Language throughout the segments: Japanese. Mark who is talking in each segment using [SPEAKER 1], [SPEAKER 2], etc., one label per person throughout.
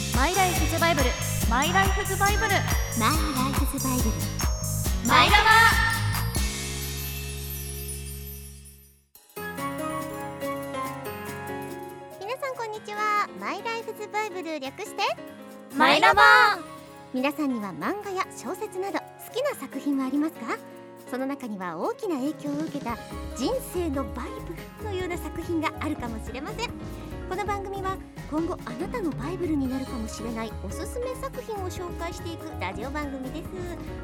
[SPEAKER 1] バイブルマイライフズバイブル
[SPEAKER 2] マイライフズバイブル
[SPEAKER 1] マイラ
[SPEAKER 2] 皆さんこんにちはマイライフズバイブル略して
[SPEAKER 1] バマイラバ
[SPEAKER 2] 皆さんには漫画や小説など好きな作品はありますかその中には大きな影響を受けた人生のバイブルのような作品があるかもしれませんこの番組は今後あなたのバイブルになるかもしれないおすすめ作品を紹介していくラジオ番組です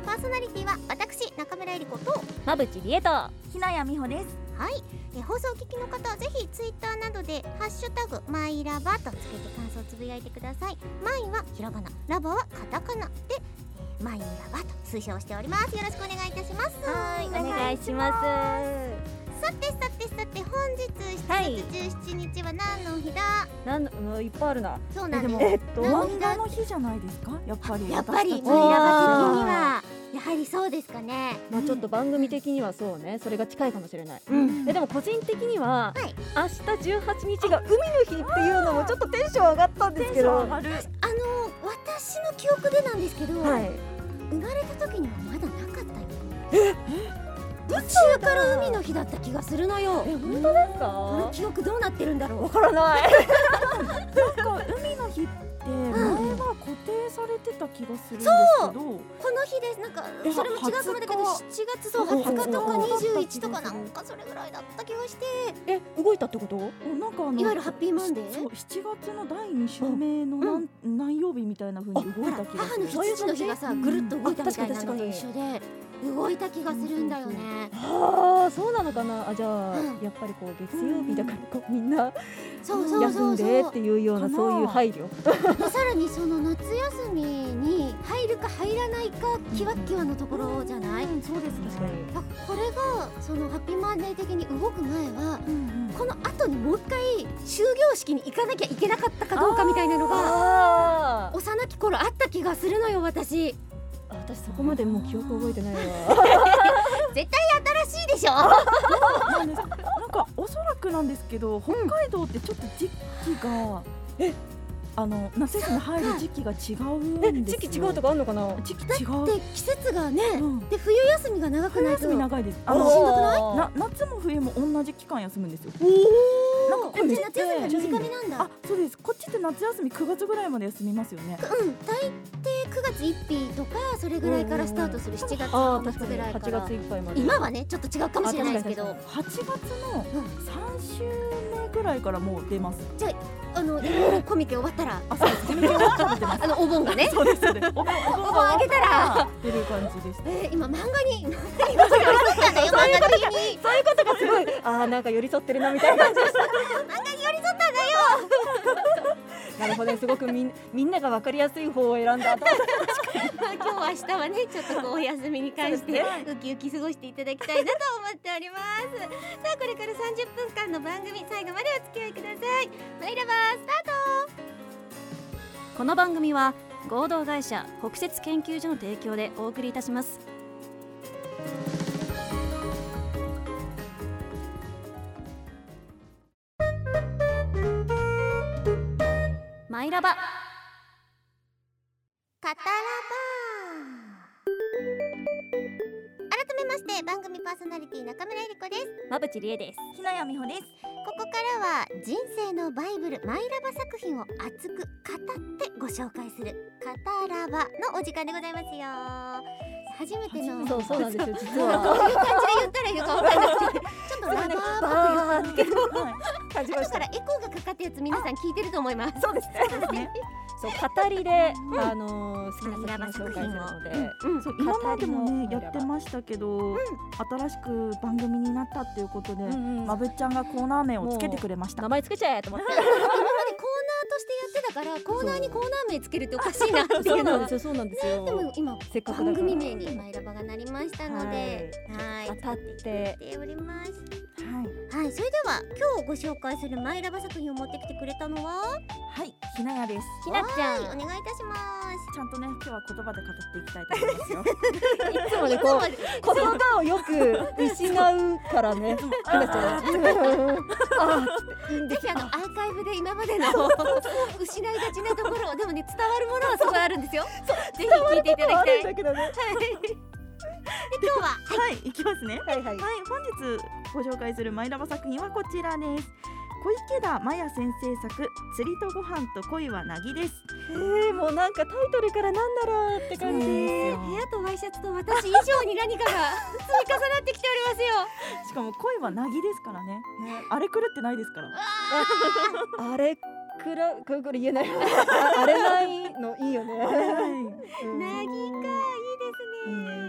[SPEAKER 2] パーソナリティは私中村えり子と
[SPEAKER 1] まぶちりえとひなやみほです
[SPEAKER 2] はい、えー放送をお聞きの方はぜひツイッターなどで「ハッシュタグマイラバ」とつけて感想をつぶやいてくださいマイはひらがなラバはカタカナで、えーマイラバと推奨しておりますよろしくお願いいたします
[SPEAKER 1] はいお願いします
[SPEAKER 2] さてさてさて本日
[SPEAKER 1] はい
[SPEAKER 2] 7月17日は何の日だ、
[SPEAKER 1] なんのいっぱいあるな
[SPEAKER 2] そう
[SPEAKER 3] え
[SPEAKER 2] なん
[SPEAKER 3] で
[SPEAKER 2] です
[SPEAKER 3] も、
[SPEAKER 1] えっと
[SPEAKER 3] 漫画の日じゃないですかやっぱり
[SPEAKER 2] やっぱりマイ
[SPEAKER 3] 私
[SPEAKER 2] ラバ的に
[SPEAKER 3] たちの
[SPEAKER 2] はやはりそうですかね
[SPEAKER 1] まあちょっと番組的にはそうねそれが近いかもしれない
[SPEAKER 2] うん
[SPEAKER 1] えでも個人的に
[SPEAKER 2] は
[SPEAKER 1] は、
[SPEAKER 2] い
[SPEAKER 1] 明日18日が海の日っていうのもちょっとテンション上がったんで
[SPEAKER 3] テ
[SPEAKER 1] す
[SPEAKER 3] ン
[SPEAKER 1] け
[SPEAKER 3] ション上
[SPEAKER 1] ど
[SPEAKER 3] がる
[SPEAKER 2] あのー私の記憶でなんですけど、
[SPEAKER 1] はい
[SPEAKER 2] 生まれた時にはまだなかったよ途中から海の日だった気がするのよ
[SPEAKER 1] え本当です
[SPEAKER 2] この
[SPEAKER 1] か
[SPEAKER 2] 記憶どうなってるんだろう
[SPEAKER 1] わからない
[SPEAKER 3] なんか海の日って前は固定されてた気がするんですけど
[SPEAKER 2] この日ですなんか
[SPEAKER 3] え
[SPEAKER 2] それも違うかもだけど7
[SPEAKER 3] 20
[SPEAKER 2] 月そう
[SPEAKER 3] そう
[SPEAKER 2] 20日とか
[SPEAKER 3] そう
[SPEAKER 2] 21とかなんかそれぐらいだった気がして
[SPEAKER 1] え動いたってこと
[SPEAKER 3] おなんかあの
[SPEAKER 2] いわゆるハッピーマンデ
[SPEAKER 3] そう
[SPEAKER 2] ー
[SPEAKER 3] 7月の第二週目のなん、何曜日みたいな風に
[SPEAKER 2] ほ
[SPEAKER 3] 動い
[SPEAKER 2] ら
[SPEAKER 3] た気が
[SPEAKER 2] 母
[SPEAKER 3] す
[SPEAKER 2] の
[SPEAKER 3] る
[SPEAKER 2] 日父の日がさぐるっと動いたみたいなのと
[SPEAKER 1] うんあ
[SPEAKER 2] 一緒で動いた気がするんだよね
[SPEAKER 1] ああそうなのかなあじゃあ、
[SPEAKER 2] うん
[SPEAKER 1] やっぱりこう月曜日だからこうみんな
[SPEAKER 2] そうそう
[SPEAKER 1] 休
[SPEAKER 2] そ
[SPEAKER 1] ん
[SPEAKER 2] う
[SPEAKER 1] で
[SPEAKER 2] そ
[SPEAKER 1] っ
[SPEAKER 2] う
[SPEAKER 1] ていうような
[SPEAKER 3] かな
[SPEAKER 1] そういう配慮
[SPEAKER 2] でさらにその夏休みに入るか入らないかキワッキワのところじゃない
[SPEAKER 3] うんそうですね
[SPEAKER 1] 確かに
[SPEAKER 2] あこれがそのハッピーマンデー的に動く前は
[SPEAKER 3] うんうん
[SPEAKER 2] この後にもう一回終業式に行かなきゃいけなかったかどうかみたいなのが
[SPEAKER 1] あー
[SPEAKER 2] 幼き頃あった気がするのよ私
[SPEAKER 1] あ私そこまでもう記憶覚えてないわ
[SPEAKER 2] 新しいでしょ
[SPEAKER 3] なんですなんかおそらくなんですけど北海道ってちょっと時期が、
[SPEAKER 1] え
[SPEAKER 3] あの夏休みに入る時期が違
[SPEAKER 1] え
[SPEAKER 3] うんですよ
[SPEAKER 1] 時期違うとかあんのかな
[SPEAKER 3] 時期違う
[SPEAKER 2] で季節がね、
[SPEAKER 3] うん
[SPEAKER 2] で冬休みが長く
[SPEAKER 3] 冬
[SPEAKER 2] なる
[SPEAKER 3] 休
[SPEAKER 2] と
[SPEAKER 3] み長いですあ
[SPEAKER 1] おー
[SPEAKER 3] のな夏も冬も同じ期間休むんですよ
[SPEAKER 1] おー
[SPEAKER 3] なんかこ
[SPEAKER 2] こっ
[SPEAKER 3] っち
[SPEAKER 2] ち
[SPEAKER 3] っ
[SPEAKER 2] 夏休みが
[SPEAKER 3] て
[SPEAKER 2] 短めなんだ
[SPEAKER 3] あそうですこっちって夏休み9月ぐらいまで休みますよね
[SPEAKER 2] うん大抵9月1日とかそれぐらいからスタートする7月
[SPEAKER 1] あ
[SPEAKER 2] 8
[SPEAKER 1] ー確
[SPEAKER 2] 月
[SPEAKER 1] か
[SPEAKER 2] ぐ
[SPEAKER 1] に
[SPEAKER 2] らいか
[SPEAKER 1] 8
[SPEAKER 2] ら
[SPEAKER 1] 月いっぱいまで
[SPEAKER 2] 今はねちょっと違うかもしれないですけ
[SPEAKER 1] あ
[SPEAKER 2] ど
[SPEAKER 1] 確
[SPEAKER 3] 8月
[SPEAKER 2] う
[SPEAKER 3] の
[SPEAKER 2] ん
[SPEAKER 3] 3週目ぐらいからもう出ます
[SPEAKER 2] あのいろいろコミケ終わったら
[SPEAKER 3] あそうですコミケ終わったら出ます
[SPEAKER 2] あのお盆がね、
[SPEAKER 3] そうですそうですお 盆お盆が終わったら出る感じでした
[SPEAKER 2] えー今漫画に漫画に寄り添ったん だよ漫画的に
[SPEAKER 1] そういうことが すごいあーなんか寄り添ってるなみたいな感じでした漫画に寄り添ったんだよなるほどねすごくみん みんなが分かりやすい方を選んだと
[SPEAKER 2] ま あ今日明日はねちょっとこうお休みに関してウキウキ過ごしていただきたいなと思っております さあこれから30分間の番組最後までお付き合いくださいマイラバースタート
[SPEAKER 4] この番組は合同会社北雪研究所の提供でお送りいたしますマイラバ
[SPEAKER 2] カタラバー改めまして番組パーソナリティ中村えり子です
[SPEAKER 4] まぶちりえです
[SPEAKER 3] ひなやみほです
[SPEAKER 2] ここからは人生のバイブルマイラバ作品を熱く語ってご紹介するカタラバのお時間でございますよ初めての
[SPEAKER 1] そうそうなんですよ実
[SPEAKER 2] どう
[SPEAKER 1] は
[SPEAKER 2] いう感じで言ったらいいのかわかんなくてちょっとラバ ーっぽく言っ
[SPEAKER 1] バーって
[SPEAKER 3] はい
[SPEAKER 1] 感じ
[SPEAKER 2] た
[SPEAKER 1] ま
[SPEAKER 2] 後
[SPEAKER 1] し
[SPEAKER 2] か
[SPEAKER 1] た
[SPEAKER 2] らエコーがかかったやつ皆さん聞いてると思います
[SPEAKER 1] そうですね
[SPEAKER 3] そうですね
[SPEAKER 1] そう語りで、あのー好きな作品を紹介するので、
[SPEAKER 2] うん
[SPEAKER 3] そう今までもね
[SPEAKER 1] 語りの
[SPEAKER 3] やってましたけど、新しく番組になったっていうことで、
[SPEAKER 1] うんうん
[SPEAKER 3] まぶっちゃんがコーナー名をつけてくれました
[SPEAKER 1] 名前つけちゃえと思って。
[SPEAKER 2] 今までコーナーとしてやってたからコーナーにコーナー名つけるっておかしいなってい
[SPEAKER 1] そうう
[SPEAKER 2] の
[SPEAKER 1] な
[SPEAKER 2] は
[SPEAKER 1] んですよ、そうなんです
[SPEAKER 2] でも
[SPEAKER 1] よ。
[SPEAKER 2] 今
[SPEAKER 1] せっかくだ
[SPEAKER 2] 番
[SPEAKER 1] から
[SPEAKER 2] 組名にマイラバがなりましたので、はい、
[SPEAKER 1] 当たって
[SPEAKER 2] 出ております。
[SPEAKER 3] ははい
[SPEAKER 2] はい、それでは今日ご紹介するマイラバ作品を持ってきてくれたのは
[SPEAKER 3] はいひなやです
[SPEAKER 2] ひ
[SPEAKER 4] なちゃん
[SPEAKER 2] お願いいたします
[SPEAKER 3] ちゃんとね今日は言葉で語っていきたいと思いますよ
[SPEAKER 1] いつもねこう言葉をよく失うからね。 ひなちゃん。 あー
[SPEAKER 2] ぜひあのアーカイブで今まで の失いがちなところをでもね伝わるものはすごいあるんですよぜひ聞いていただき
[SPEAKER 1] あ
[SPEAKER 2] た
[SPEAKER 1] る
[SPEAKER 2] い
[SPEAKER 1] ん
[SPEAKER 2] で
[SPEAKER 1] だけどね。
[SPEAKER 2] 今日ははい
[SPEAKER 3] はい行きますね
[SPEAKER 1] はいはい。
[SPEAKER 3] はい、本日ご紹介するマイラバ作品はこちらです。小池田麻也先生作釣りとご飯と恋はなぎです。
[SPEAKER 1] えー、もうなんかタイトルからなんだろうって感じ。
[SPEAKER 2] えー部屋とワイシャツと私以上に何かが積み重なってきておりますよ
[SPEAKER 3] しかも恋はなぎですからね。あれ狂ってないですから。
[SPEAKER 1] あれくらこれこれ言えない。ああれないのいいよね。
[SPEAKER 3] はい
[SPEAKER 1] うん
[SPEAKER 2] なぎかいいですね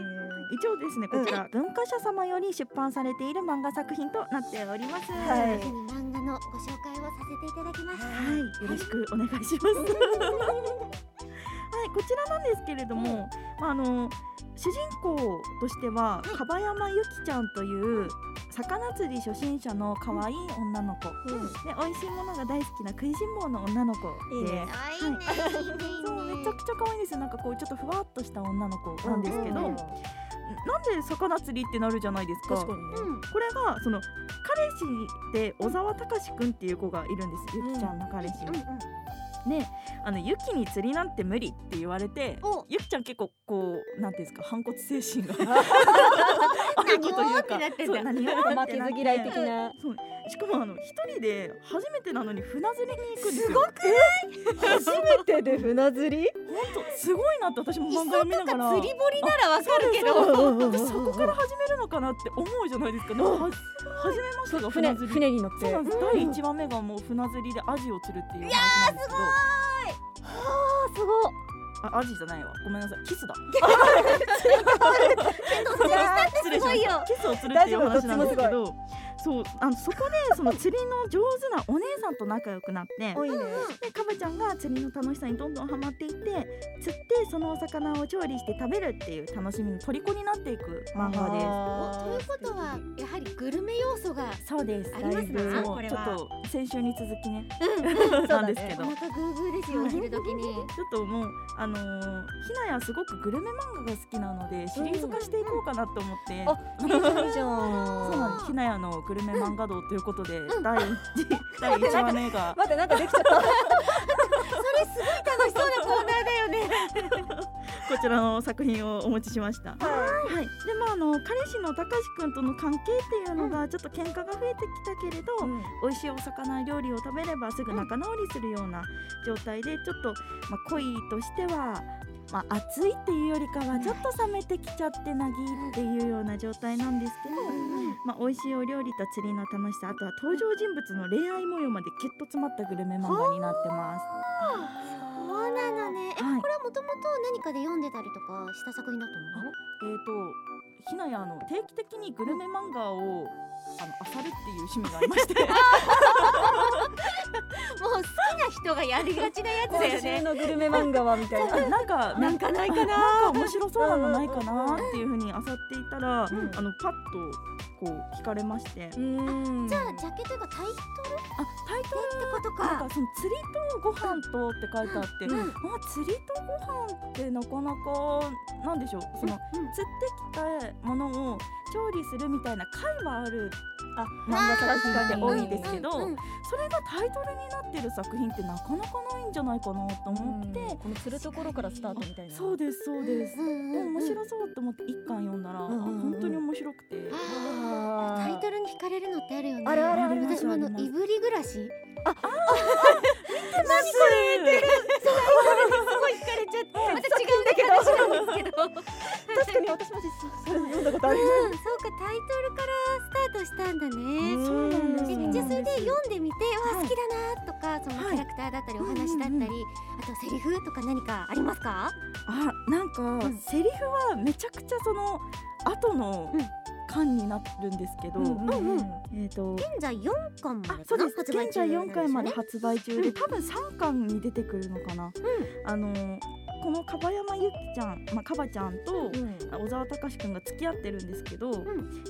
[SPEAKER 3] 一応ですね、こちら、文化社様より出版されている漫画作品となっております。
[SPEAKER 1] はい
[SPEAKER 2] というわけで漫画のご紹介をさせていただきました
[SPEAKER 3] はい、よろしくお願いします。はい、こちらなんですけれども、まあ、あの主人公としては、樺山ゆきちゃんという魚釣り初心者の可愛い女の子、
[SPEAKER 1] うん
[SPEAKER 3] で美味しいものが大好きな食いしん坊の女の子で。
[SPEAKER 1] いいね
[SPEAKER 2] あいいねいいねいいね
[SPEAKER 3] そうめちゃくちゃ可愛いんですよなんかこうちょっとふわっとした女の子なんですけど、
[SPEAKER 1] う
[SPEAKER 3] なん
[SPEAKER 1] ん
[SPEAKER 3] で魚釣りってなるじゃないですか
[SPEAKER 1] 確かにね。
[SPEAKER 2] うん
[SPEAKER 3] これがその彼氏で小沢隆くんっていう子がいるんですゆきちゃんの彼氏に、であのユキに釣りなんて無理って言われて
[SPEAKER 2] お
[SPEAKER 3] ユキちゃん結構こうなんていうんですか反骨精神 が ある
[SPEAKER 2] 何
[SPEAKER 3] こという
[SPEAKER 2] をって
[SPEAKER 3] か
[SPEAKER 2] なってん
[SPEAKER 3] そう
[SPEAKER 2] だ
[SPEAKER 3] 何
[SPEAKER 1] なんか負けず嫌い的
[SPEAKER 3] な
[SPEAKER 1] な。
[SPEAKER 3] しかもあの一人で初めてなのに船釣りに行くんですよ
[SPEAKER 1] 初めてで船釣り。
[SPEAKER 3] 本当すごいなって私も漫画を見ながら
[SPEAKER 2] 釣り堀ならわかるけど
[SPEAKER 3] 私そこから始めるのかなって思うじゃないですかなんかは初めましてが
[SPEAKER 1] 船
[SPEAKER 3] 船釣り
[SPEAKER 1] 船に乗っ
[SPEAKER 3] そう
[SPEAKER 1] て
[SPEAKER 3] なん。です、第一話目がもう船釣りでアジを釣るっていう話なんですけど
[SPEAKER 1] あすごい。
[SPEAKER 3] あアジじゃないわごめんなさいキスだ
[SPEAKER 2] どっちにしたってすごいよ
[SPEAKER 3] キスをするっていう話なんですけ
[SPEAKER 1] 大丈
[SPEAKER 3] どそうあのそこでその釣りの上手なお姉さんと仲良くなって
[SPEAKER 1] 多いね。
[SPEAKER 3] でカバちゃんが釣りの楽しさにどんどんハマっていって釣ってそのお魚を調理して食べるっていう楽しみに虜になっていく漫画
[SPEAKER 2] おということはやはりグルメ要素が
[SPEAKER 3] です。そうです
[SPEAKER 2] ありますな
[SPEAKER 3] そう
[SPEAKER 2] これ
[SPEAKER 3] ちょ
[SPEAKER 2] は
[SPEAKER 3] っと先週に続き
[SPEAKER 1] ん
[SPEAKER 3] ね、なんですけ
[SPEAKER 2] お
[SPEAKER 3] ど、
[SPEAKER 2] 腹グーグーですよお昼時に
[SPEAKER 3] ちょっともうあのー、ひなやすごくグルメ漫画が好きなのでシリーズ化していこうかなと思って、
[SPEAKER 1] あ、いいじゃんいいじゃん。
[SPEAKER 3] そうなんです。ひなやのグルメ漫画道ということで、第 一第一話目が
[SPEAKER 1] 待ってなんかできちゃった。
[SPEAKER 2] 楽しそうなコーナーだよね
[SPEAKER 3] こちらの作品をお持ちしました。はい、でまああの彼氏のたかしくんとの関係っていうのがちょっと喧嘩が増えてきたけれど、
[SPEAKER 1] うん
[SPEAKER 3] 美味しいお魚料理を食べればすぐ仲直りするような状態でちょっと、まあ、恋としては、まあ、熱いっていうよりかはちょっと冷めてきちゃってなぎっていうような状態なんですけど、まあ、美味しいお料理と釣りの楽しさあとは登場人物の恋愛模様まできっと詰まったグルメ漫画になってます。
[SPEAKER 2] そうなのねえ
[SPEAKER 3] はい
[SPEAKER 2] これはもともと何かで読んでたりとかした作品だったの
[SPEAKER 3] えー、とひなやあの定期的にグルメ漫画をあの漁るっていう趣味がありまして
[SPEAKER 2] もう好きな人がやりがちなやつだ
[SPEAKER 1] 今
[SPEAKER 2] よ
[SPEAKER 1] 週
[SPEAKER 2] ね
[SPEAKER 1] のグルメ漫画はみたいな。
[SPEAKER 3] あなんか
[SPEAKER 2] なんかないかな
[SPEAKER 3] なんか面白そうなのないかなっていうふうに漁っていたら、
[SPEAKER 1] ん
[SPEAKER 3] あのパッとこう惹かれまして、あ
[SPEAKER 1] うん。
[SPEAKER 2] じゃあジャケというかタイトルって
[SPEAKER 3] タイト
[SPEAKER 2] こと
[SPEAKER 3] ルなん
[SPEAKER 2] か
[SPEAKER 3] かその釣りとご飯とって書いてあって、
[SPEAKER 1] うん
[SPEAKER 3] あ釣りとご飯ってなかなかなんでしょうその、釣ってきたものを調理するみたいな回はある
[SPEAKER 1] あ
[SPEAKER 3] 漫画作品って多いんですけ
[SPEAKER 2] う
[SPEAKER 3] ど、
[SPEAKER 2] んうん
[SPEAKER 3] それがタイトルになってる作品ってなかなかないんじゃないかなと思って、
[SPEAKER 1] このするところからスタートみたいな。
[SPEAKER 3] そうですそうです、
[SPEAKER 2] うん
[SPEAKER 3] で
[SPEAKER 2] うんう
[SPEAKER 3] も面
[SPEAKER 2] ん
[SPEAKER 3] 白そうと思って一巻読んだら、
[SPEAKER 1] うんうんうん
[SPEAKER 3] あ本当に面白くて、
[SPEAKER 2] あタイ
[SPEAKER 1] あ
[SPEAKER 2] トルに惹かれるのってあるよね
[SPEAKER 1] あるあるある
[SPEAKER 2] 私もあ
[SPEAKER 3] あり
[SPEAKER 2] の
[SPEAKER 3] ます
[SPEAKER 2] いぶり暮らし
[SPEAKER 3] 何これ
[SPEAKER 2] 惹かれちゃってまた違うんだけどなんですけど
[SPEAKER 1] ー確かに私も実それ読んだことある。
[SPEAKER 2] うん、そうかタイトルからスタートしたんだね。
[SPEAKER 1] そうなんです
[SPEAKER 3] よ
[SPEAKER 2] えじゃあそれで
[SPEAKER 3] そうなんですよ
[SPEAKER 2] 読んでみて、わあ
[SPEAKER 3] はい
[SPEAKER 2] 好きだなとか、その
[SPEAKER 3] はい
[SPEAKER 2] キャラクターだったりお話だったり、
[SPEAKER 3] うんうんう
[SPEAKER 2] あとセリフとか何かありますか？
[SPEAKER 3] あなんか、
[SPEAKER 2] うん
[SPEAKER 3] セリフはめちゃくちゃその後の
[SPEAKER 2] うん
[SPEAKER 3] 巻になるんですけど、
[SPEAKER 1] うんうん。
[SPEAKER 3] えっ、と
[SPEAKER 2] 現在四巻ま
[SPEAKER 3] あ
[SPEAKER 2] で
[SPEAKER 3] そ
[SPEAKER 2] か
[SPEAKER 3] う
[SPEAKER 2] な
[SPEAKER 3] です
[SPEAKER 2] 発売
[SPEAKER 3] 現
[SPEAKER 2] 中なん
[SPEAKER 3] 在
[SPEAKER 2] ですよね。
[SPEAKER 3] 4回まで発売中で、
[SPEAKER 2] うん
[SPEAKER 3] 多分3巻に出てくるのかな、あのこの樺山ゆきちゃん、まあ、カバちゃんと
[SPEAKER 1] うん
[SPEAKER 3] 小沢隆くんが付き合ってるんですけど、
[SPEAKER 2] ん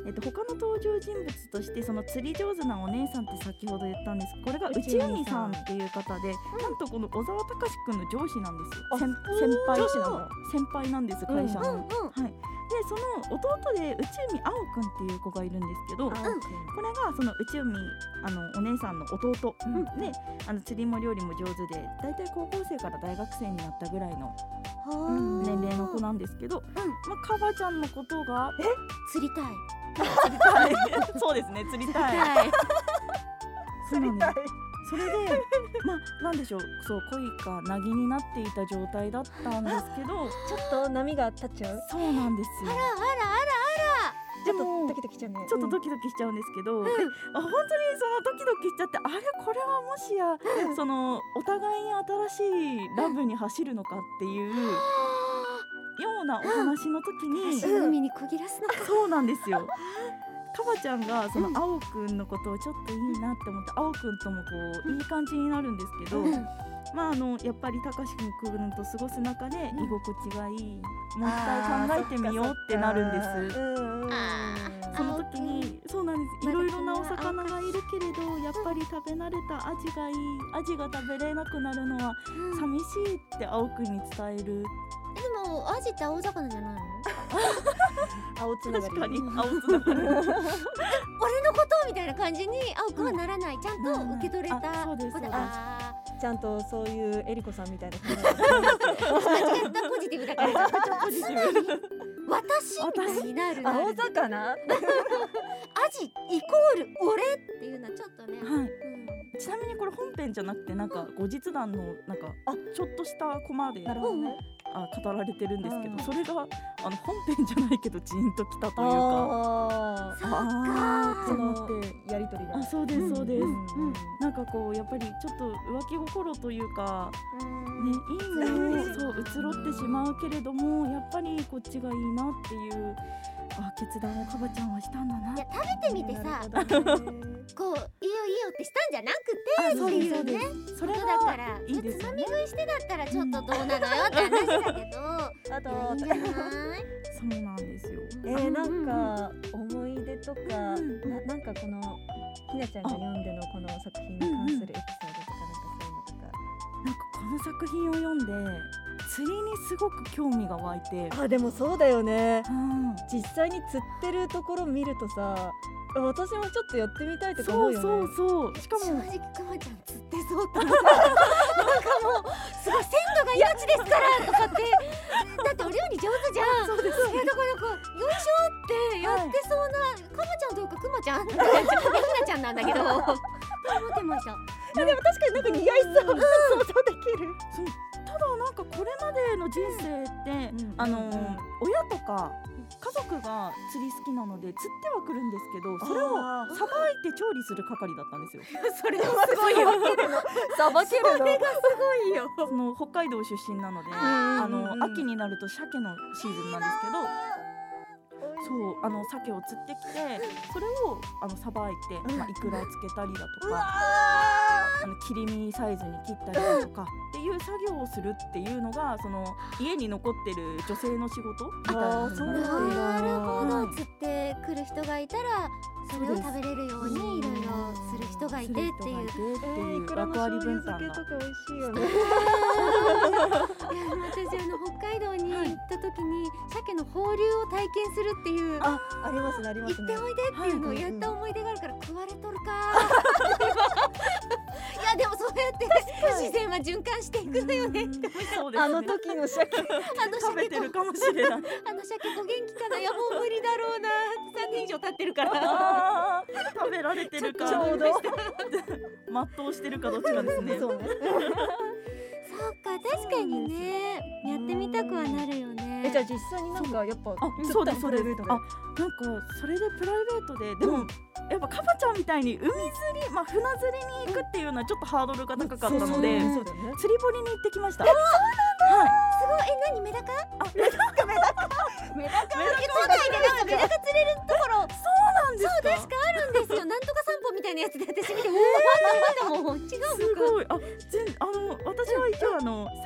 [SPEAKER 3] えっと他の登場人物としてその釣り上手なお姉さんって先ほど言ったんですこれが内海さんっていう方で、なんとこの小沢隆くんの上司なんですよ
[SPEAKER 1] あ
[SPEAKER 3] 先先輩
[SPEAKER 1] 上司なの
[SPEAKER 3] 先輩なんです会社の、
[SPEAKER 2] うんうん
[SPEAKER 3] はい、でその弟で内海青くんっていう子がいるんですけどこ
[SPEAKER 1] うん
[SPEAKER 3] れがその内海あのお姉さんの弟、
[SPEAKER 1] うん
[SPEAKER 3] であの釣りも料理も上手で大体高校生から大学生になったぐらいの
[SPEAKER 2] うん
[SPEAKER 3] 年齢の子なんですけど、まあ、カバちゃんのことが
[SPEAKER 2] 釣りたい
[SPEAKER 3] 釣りたい そうですね釣りたい
[SPEAKER 2] はい
[SPEAKER 3] そうなんです
[SPEAKER 1] い
[SPEAKER 3] それでまあなんでしょうそう恋かなぎになっていた状態だったんですけ ど
[SPEAKER 1] ちょっと波が立っちゃう
[SPEAKER 3] そうなんですよ
[SPEAKER 2] あらあらあら
[SPEAKER 1] ちょっ
[SPEAKER 3] で
[SPEAKER 1] と
[SPEAKER 3] も
[SPEAKER 1] ドキドキしちゃうね
[SPEAKER 3] ちょっとド
[SPEAKER 1] キ
[SPEAKER 3] キドキしちゃうんですけど、であ本当にそのドキドキしちゃってあれこれはもしやそのお互いに新しいラブに走るのかっていうようなお話の時に
[SPEAKER 2] 足踏みにこぎらすのか
[SPEAKER 3] そうなんですよ。カバちゃんがその青くんのことをちょっといいなって思って、青くんともこういい感じになるんですけど、
[SPEAKER 2] うん
[SPEAKER 3] まああのやっぱりたかしくんと過ごす中で居心地がいい、もう一回考えてみようってなるんです。
[SPEAKER 2] あー
[SPEAKER 3] その時にそうなんです
[SPEAKER 2] ま
[SPEAKER 3] い
[SPEAKER 2] だ
[SPEAKER 3] ろいろなお魚がいるけれどやっぱり食べ慣れたアジがいいアジが食べれなくなるのは
[SPEAKER 2] うん
[SPEAKER 3] 寂しいって青くんに伝える
[SPEAKER 2] でもアジって青魚じゃないの
[SPEAKER 1] 青つながり
[SPEAKER 3] 確かに青つながる
[SPEAKER 2] 俺のことみたいな感じに青くはならない、ちゃんと受け取れた
[SPEAKER 3] うんあそうで
[SPEAKER 2] 子だ
[SPEAKER 3] すそうです
[SPEAKER 2] あ
[SPEAKER 1] ちゃんとそういうエリコさんみたいな 感じ
[SPEAKER 2] ー間違ったポジティブだから
[SPEAKER 3] ポジティブ
[SPEAKER 2] 私になるなる
[SPEAKER 1] 青魚
[SPEAKER 2] アジイコール俺っていうのはちょっとね、
[SPEAKER 3] はい
[SPEAKER 2] うん
[SPEAKER 3] ちなみにこれ本編じゃなくてなんか後日談のなんか
[SPEAKER 1] あ
[SPEAKER 3] ちょっとしたコマで
[SPEAKER 1] なるほどね
[SPEAKER 3] あ語られてるんですけ
[SPEAKER 1] うん
[SPEAKER 3] どそれがあの本編じゃないけどジーンときたというか
[SPEAKER 1] あ
[SPEAKER 2] そっか
[SPEAKER 1] あ
[SPEAKER 3] あ
[SPEAKER 1] そ
[SPEAKER 3] そう思
[SPEAKER 1] の
[SPEAKER 3] って
[SPEAKER 1] やりとりが
[SPEAKER 3] あそうですそうです
[SPEAKER 1] ん
[SPEAKER 2] うん
[SPEAKER 3] なんかこうやっぱりちょっと浮気心というか
[SPEAKER 2] うん
[SPEAKER 3] ねいいものをそう移ろってしまうけれどもやっぱりこっちがいいなっていうあ決断をかばちゃんはしたんだない
[SPEAKER 2] や食べてみてさ
[SPEAKER 1] なるほどね
[SPEAKER 2] こういいよいいよってしたんじゃな
[SPEAKER 3] あ
[SPEAKER 2] くてっていうね
[SPEAKER 3] それ
[SPEAKER 2] こ
[SPEAKER 3] が
[SPEAKER 2] とだから
[SPEAKER 3] いいです
[SPEAKER 2] つ
[SPEAKER 3] よ
[SPEAKER 2] ま
[SPEAKER 3] ね
[SPEAKER 2] み食いしてだったらちょっとどうなのよって話だけど
[SPEAKER 1] あと
[SPEAKER 2] いいんじゃない
[SPEAKER 3] そうなんですよ
[SPEAKER 1] えー、なんか思い出とか、
[SPEAKER 3] うん
[SPEAKER 1] ななんかこのひなちゃんが読んでのこの作品に関するエピソードとかなんか
[SPEAKER 3] なんかこの作品を読んで釣りにすごく興味が湧いて
[SPEAKER 1] そういうのとか、あでもそうだよね
[SPEAKER 3] うん
[SPEAKER 1] 実際に釣ってるところ見るとさ私もちょっとやってみたいとか思
[SPEAKER 3] そうう
[SPEAKER 1] よね
[SPEAKER 3] そうそうしか
[SPEAKER 2] 正
[SPEAKER 3] も
[SPEAKER 2] 直くまちゃん釣ってそうってなんかもうすごい鮮度が命ですからとかってだってお料理上手じゃんそうですだからなんかよいしょってやってそうな、かまちゃんというかくまちゃんって感じひなちゃんなんだけど思ってました
[SPEAKER 1] あでも確かになんか似合いそう、想像できる
[SPEAKER 3] そうただなんかこれまでの人生って、
[SPEAKER 1] うん
[SPEAKER 3] あのー
[SPEAKER 1] うん
[SPEAKER 3] 親とか家族が釣り好きなので釣ってはくるんですけどそれを
[SPEAKER 1] あ
[SPEAKER 3] さばいて調理する係だったんです よ。
[SPEAKER 2] それはすごいよ
[SPEAKER 1] さばけるの
[SPEAKER 2] いいよ
[SPEAKER 3] その北海道出身なので、あの秋になると鮭のシーズンなんですけど、そうあの鮭を釣ってきてそれをあのさばいて、まあ、いくらつけたりだとかあの切り身サイズに切ったりだとかっていう作業をするっていうのがその家に残ってる女性の仕事みたいな
[SPEAKER 1] あーそうなん
[SPEAKER 2] な
[SPEAKER 1] だ
[SPEAKER 2] るほど、
[SPEAKER 3] はい
[SPEAKER 2] 釣ってくる人がいたらそれを食べれるようにいろいろする人がいてっていう
[SPEAKER 3] する人がいてって
[SPEAKER 1] え
[SPEAKER 3] い
[SPEAKER 1] ー、いうくらの
[SPEAKER 3] 役割
[SPEAKER 1] 醤
[SPEAKER 3] 分
[SPEAKER 1] 油
[SPEAKER 3] 担
[SPEAKER 1] 漬けとか
[SPEAKER 3] が
[SPEAKER 1] 美味しいよね
[SPEAKER 2] いや私あの北海道に行った時に、鮭の放流を体験するっていう行
[SPEAKER 1] あ、ありますねあります
[SPEAKER 2] っ
[SPEAKER 1] ね
[SPEAKER 2] ておいでっていうのを
[SPEAKER 1] はい
[SPEAKER 2] やった思い出があるから食われとるかいやでもそうやって自然は循環していくのよねって思いながら
[SPEAKER 1] あ
[SPEAKER 3] そうですね
[SPEAKER 1] の時の鮭
[SPEAKER 2] あの
[SPEAKER 3] 食べ
[SPEAKER 2] 鮭
[SPEAKER 3] て
[SPEAKER 2] と
[SPEAKER 3] るかもしれ ない
[SPEAKER 2] あの鮭お元気かないやもう無理だろうな3年以上経ってるから
[SPEAKER 3] あー食べられてるか
[SPEAKER 1] ちょう ど
[SPEAKER 3] 全うしてるかどっちかですね
[SPEAKER 1] そうね
[SPEAKER 2] そうか確かにねやってみたくはなるよね
[SPEAKER 1] えじゃあ実際になんかやっぱ
[SPEAKER 3] あ
[SPEAKER 1] 釣
[SPEAKER 3] そう
[SPEAKER 1] ったり
[SPEAKER 3] ですそ
[SPEAKER 1] さ
[SPEAKER 3] うで
[SPEAKER 1] れ
[SPEAKER 3] す
[SPEAKER 1] ると
[SPEAKER 3] あ
[SPEAKER 1] か
[SPEAKER 3] なんかそれでプライベートででも、やっぱカバちゃんみたいに海釣り、まあ、船釣りに行くっていうのはちょっとハードルが高かったの
[SPEAKER 1] そ
[SPEAKER 3] で、
[SPEAKER 1] うそうそうだよね
[SPEAKER 3] 釣り堀に行ってきました。そうなんだ。はい。
[SPEAKER 2] すごいえ何メダカ
[SPEAKER 1] メダ
[SPEAKER 2] 都内
[SPEAKER 1] カ
[SPEAKER 2] でなんかメダカ釣れるところ
[SPEAKER 3] そうなんですか。
[SPEAKER 2] あるんですよなんとか散歩みみたいなやつで私見てうわーなんだもん違う
[SPEAKER 3] すごいあ全あの私は一応あの桜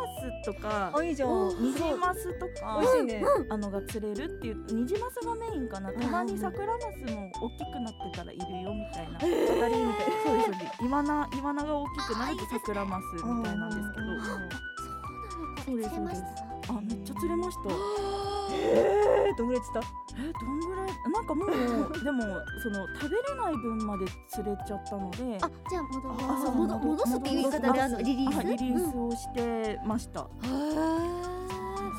[SPEAKER 3] マスとか
[SPEAKER 1] あいいじゃん。
[SPEAKER 3] ニジマスとか
[SPEAKER 1] 美味しいね。
[SPEAKER 3] あのが釣れるっていうニジマスがメインかなたまに桜マスも大きくなってたらいるよみたいな飾りみたいなそうですそうですイワナイワナが大きくなると桜マスみたいなんですけど
[SPEAKER 2] そうなのこれ釣れました
[SPEAKER 3] あめっちゃ釣れました
[SPEAKER 1] えー、どんぐらい釣った？
[SPEAKER 3] えどんぐらいなんかもうでもその食べれない分まで釣れちゃったので
[SPEAKER 2] あじゃあ戻
[SPEAKER 3] あ
[SPEAKER 2] そう戻戻すっていう言い方であのリリース
[SPEAKER 3] あリリー
[SPEAKER 2] うん
[SPEAKER 3] スをしてました、
[SPEAKER 2] へー
[SPEAKER 3] そ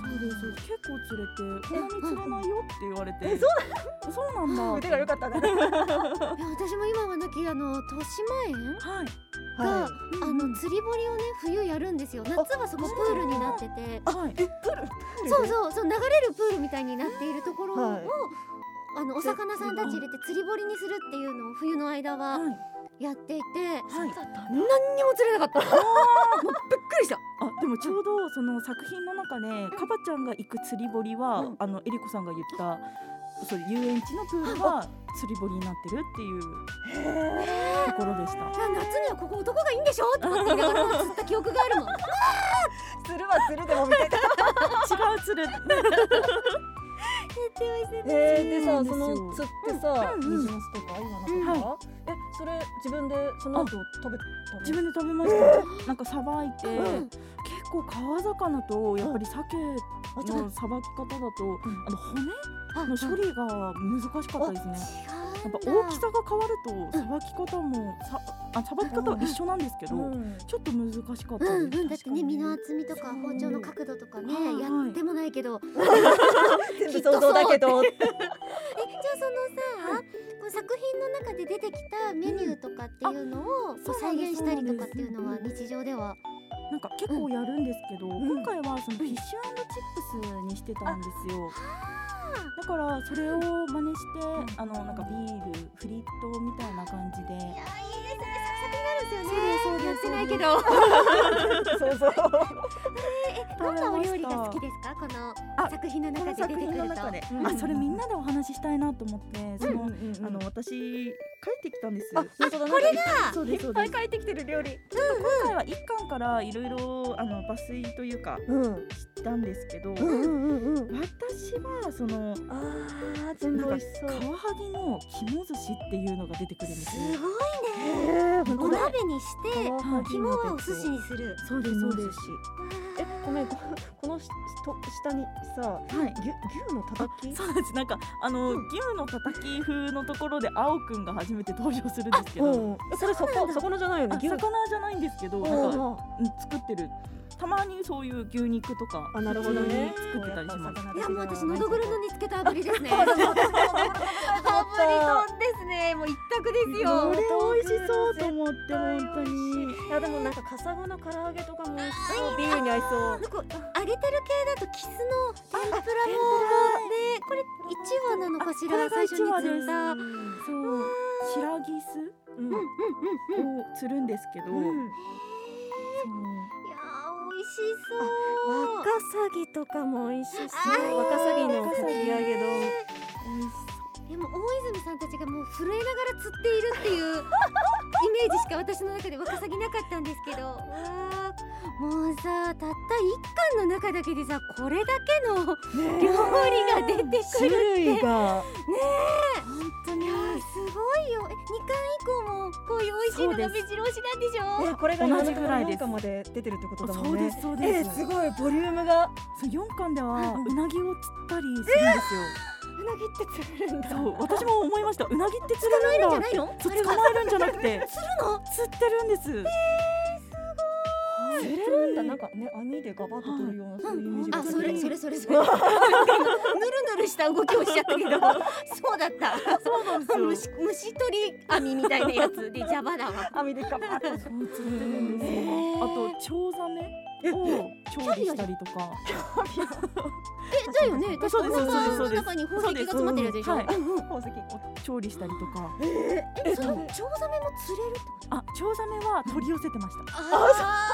[SPEAKER 3] うですそうです結構釣れてこんなに釣れないよって言われて
[SPEAKER 1] え
[SPEAKER 3] そうそうな んだ
[SPEAKER 1] 腕が良かったね。
[SPEAKER 2] いや私も今はなきあの豊島園
[SPEAKER 3] はい
[SPEAKER 2] が、
[SPEAKER 1] は
[SPEAKER 2] あの釣り堀をね冬やるんですよ夏はそこプールになってて
[SPEAKER 3] はい
[SPEAKER 1] い。え、プール？プール
[SPEAKER 2] そうそうそう流れるプールみたいになっているところを、
[SPEAKER 1] はい
[SPEAKER 2] あのお魚さんたち入れて釣り堀にするっていうのを冬の間は
[SPEAKER 3] はい
[SPEAKER 2] やっていて、
[SPEAKER 3] はい
[SPEAKER 1] 何にも釣れなかった。もうびっくりした。
[SPEAKER 3] あでもちょうどその作品の中でカバちゃんが行く釣り堀は、
[SPEAKER 1] うん
[SPEAKER 3] あのえりこさんが言ったそう遊園地のプー ルが釣り堀になってるっていうところでした。
[SPEAKER 2] いや夏にはここ男がいいんでしょとかって言いながら釣った記憶があるもん
[SPEAKER 1] 釣るは釣るでもみたいな。
[SPEAKER 3] 違う釣る
[SPEAKER 1] えー、で
[SPEAKER 3] そ
[SPEAKER 1] さ
[SPEAKER 3] うなん
[SPEAKER 1] その
[SPEAKER 3] ですよ
[SPEAKER 1] 釣ってさ、
[SPEAKER 3] うん
[SPEAKER 1] ニ
[SPEAKER 3] うんうん
[SPEAKER 1] ジマスとか今なかった？え、それ自分でその後食べたの？
[SPEAKER 3] 自分で食べました。なんかさばいて、
[SPEAKER 2] うん
[SPEAKER 3] 結構川魚とやっぱり鮭
[SPEAKER 1] あちょっ
[SPEAKER 3] のさばき方だと、
[SPEAKER 1] ん
[SPEAKER 3] あの
[SPEAKER 2] あ
[SPEAKER 3] 骨の処理が難しかったですね。
[SPEAKER 2] 違
[SPEAKER 3] や
[SPEAKER 2] う
[SPEAKER 3] っ
[SPEAKER 2] ん
[SPEAKER 3] ぱ
[SPEAKER 2] だ
[SPEAKER 3] 大きさが変わるとさばき方もさあさばき方は一緒なんですけ
[SPEAKER 1] と。
[SPEAKER 3] ど、
[SPEAKER 1] うん
[SPEAKER 3] ちょっと難しかった
[SPEAKER 2] うんうん
[SPEAKER 3] です。
[SPEAKER 2] だってね身の厚みとか包丁の角度とかね、
[SPEAKER 3] はいはい
[SPEAKER 2] やってもないけど
[SPEAKER 1] 全部想像だけど。
[SPEAKER 2] えじゃあそのさ、この作品の中で出てきたメニューとかっていうのをこう
[SPEAKER 3] そうな
[SPEAKER 2] 再
[SPEAKER 3] んで
[SPEAKER 2] 現
[SPEAKER 3] す
[SPEAKER 2] したりとかっていうのは
[SPEAKER 3] そうなん
[SPEAKER 2] 日常では
[SPEAKER 3] なんか結構やるんですけど、
[SPEAKER 1] ん
[SPEAKER 3] 今回はそのフィッシュチップスにしてたんですよ。だからそれを真似して、あのなんかビールフリットみたいな感じで。
[SPEAKER 2] いやいいですねサクサクになるんです
[SPEAKER 3] そ
[SPEAKER 2] よねやってないけど
[SPEAKER 3] うですそうです
[SPEAKER 1] そうそう。
[SPEAKER 2] どんなお料理が好きですかこの
[SPEAKER 3] あ
[SPEAKER 2] 作品の中
[SPEAKER 3] この
[SPEAKER 2] で
[SPEAKER 3] 作
[SPEAKER 2] 出てく
[SPEAKER 3] 品の
[SPEAKER 2] ると
[SPEAKER 3] 中で、
[SPEAKER 1] うん
[SPEAKER 3] あそれみんなでお話ししたいなと思ってその、
[SPEAKER 1] うん
[SPEAKER 3] あの私書いてきたんです。
[SPEAKER 1] あ、本当だ。これがそう
[SPEAKER 3] い
[SPEAKER 1] で
[SPEAKER 3] っ
[SPEAKER 1] すそう
[SPEAKER 3] ぱ
[SPEAKER 1] で
[SPEAKER 3] い
[SPEAKER 1] す。
[SPEAKER 3] 書いてきてる料理。ちょっと今回は一巻からいろいろあの抜粋というか
[SPEAKER 1] うん。
[SPEAKER 3] したんですけど、
[SPEAKER 1] うんうんうんうん。
[SPEAKER 3] 私はその
[SPEAKER 1] ああ、全部美味しそ
[SPEAKER 3] カ
[SPEAKER 1] う。
[SPEAKER 3] ワハギの肝寿司っていうのが出てくるんですすよ。
[SPEAKER 2] ごい
[SPEAKER 1] えー、
[SPEAKER 2] お
[SPEAKER 1] 本当だ。
[SPEAKER 2] 鍋にして
[SPEAKER 3] はい
[SPEAKER 2] 肝はお寿司にする
[SPEAKER 3] そうですそうです。
[SPEAKER 1] え、ごめん、ここのしと下にさ、
[SPEAKER 3] はい。
[SPEAKER 1] 牛牛のたたき。
[SPEAKER 3] そうなんです。なんかあの、
[SPEAKER 1] うん
[SPEAKER 3] 牛のたたき風のところで青くんが初めて登場するんですけど、
[SPEAKER 1] うん、それそこそこのじゃないよ
[SPEAKER 3] あ
[SPEAKER 1] ね。牛
[SPEAKER 3] 魚じゃないんですけど、なんか
[SPEAKER 1] の。
[SPEAKER 3] うん作ってる。たまにそういう牛肉とか
[SPEAKER 1] あ、なるほどね。
[SPEAKER 3] 普通に作ってたりします。
[SPEAKER 2] いやもう私のどぐろの煮つけた炙りですね炙
[SPEAKER 1] そう
[SPEAKER 2] り
[SPEAKER 1] そうそう
[SPEAKER 2] 丼ですねもう一択ですよ
[SPEAKER 3] これ美味しそうと思って本当に。
[SPEAKER 1] いやでもなんかカサゴの唐揚げとかも美味しそうビールに合いそう
[SPEAKER 2] なんか揚げてる系だとキスの天ぷらもねこれ一話なのかし
[SPEAKER 3] あこれ
[SPEAKER 2] ら
[SPEAKER 3] が
[SPEAKER 2] 最初に釣っ
[SPEAKER 3] 一
[SPEAKER 2] た
[SPEAKER 3] 話そう白ギス
[SPEAKER 1] うんうん
[SPEAKER 3] を釣るんですけど、
[SPEAKER 1] うん
[SPEAKER 2] いやー美味しそう
[SPEAKER 1] ワカサギとかも美味し
[SPEAKER 2] あ
[SPEAKER 1] そうワカサギのかき揚げ丼
[SPEAKER 2] でも大泉さんたちがもう震えながら釣っているっていうイメージしか私の中でワカサギなかったんですけどわあもうさたった一巻の中だけでさこれだけの料理が出てくる
[SPEAKER 1] 種類が
[SPEAKER 2] 本当にいやーすごいよえ二巻以降もこういう美味しいのが
[SPEAKER 3] そう
[SPEAKER 2] 目
[SPEAKER 3] で
[SPEAKER 2] 白押しなんでしょ
[SPEAKER 1] えこれが
[SPEAKER 3] 同じぐらいです
[SPEAKER 1] 世の中まで出てるってことだも
[SPEAKER 3] そうんで
[SPEAKER 1] ね
[SPEAKER 3] すそう
[SPEAKER 1] え
[SPEAKER 3] で
[SPEAKER 1] ー
[SPEAKER 3] す。
[SPEAKER 1] すごいボリュームが
[SPEAKER 3] そう四巻ではうなぎを釣ったりするんですよ。
[SPEAKER 1] うなぎって釣れるんだ
[SPEAKER 3] そう私も思いました。うなぎって
[SPEAKER 2] 捕
[SPEAKER 3] 釣
[SPEAKER 2] まえ
[SPEAKER 3] れ
[SPEAKER 2] る
[SPEAKER 3] る
[SPEAKER 2] んじ
[SPEAKER 3] んだ
[SPEAKER 2] ゃ
[SPEAKER 3] っ
[SPEAKER 2] ない
[SPEAKER 3] て。
[SPEAKER 2] の
[SPEAKER 3] そう
[SPEAKER 2] あれ
[SPEAKER 3] 捕まえるんじゃなくて
[SPEAKER 2] 釣るの
[SPEAKER 3] 釣ってるんです。
[SPEAKER 1] 釣れるんだなんかね網でガバッと取るようなそういうイメージが
[SPEAKER 2] あ、それ、それ、
[SPEAKER 1] そ
[SPEAKER 2] それ、 それ。ぬるぬるした動きをしちゃったけど、そうだった。
[SPEAKER 3] そうなんで
[SPEAKER 2] 虫、虫取り網みたいなやつで邪魔だわ。
[SPEAKER 1] 網でガバッと
[SPEAKER 3] そう釣ってるんですよ。あとチョウザメを調理したりとか。
[SPEAKER 2] え、だよね、確
[SPEAKER 3] そう
[SPEAKER 2] か
[SPEAKER 3] で
[SPEAKER 2] お
[SPEAKER 3] す
[SPEAKER 2] 腹の
[SPEAKER 3] そうです
[SPEAKER 2] 中に宝石が詰まってるやつでしょ。
[SPEAKER 3] はい
[SPEAKER 1] 宝石
[SPEAKER 3] 調理したりとか。
[SPEAKER 2] え、そのチョウザメも釣れるってこと。
[SPEAKER 3] あチョウザメは取り寄せてました。
[SPEAKER 2] ああ、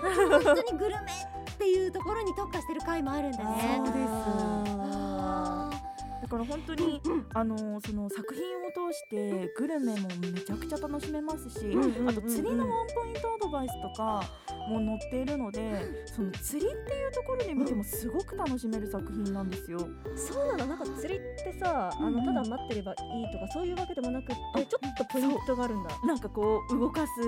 [SPEAKER 2] 本当にグルメっていうところに特化してる回もあるんだ
[SPEAKER 1] そ
[SPEAKER 2] ね
[SPEAKER 1] う。です
[SPEAKER 2] あー
[SPEAKER 3] だから本当に、あのその作品を通してグルメもめちゃくちゃ楽しめますし、
[SPEAKER 1] うんうんうんうん
[SPEAKER 3] あと釣りのワンポイントアドバイスとかも載っているので、その釣りっていうところで見てもすごく楽しめる作品なんですよ。
[SPEAKER 1] そうなのなんか釣りってさあ
[SPEAKER 3] うんう
[SPEAKER 1] の
[SPEAKER 3] ん
[SPEAKER 1] ただ待ってればいいとかそういうわけでもなくっ
[SPEAKER 3] あ
[SPEAKER 1] てちょっとポイントがあるんだ
[SPEAKER 3] なんかこう動かす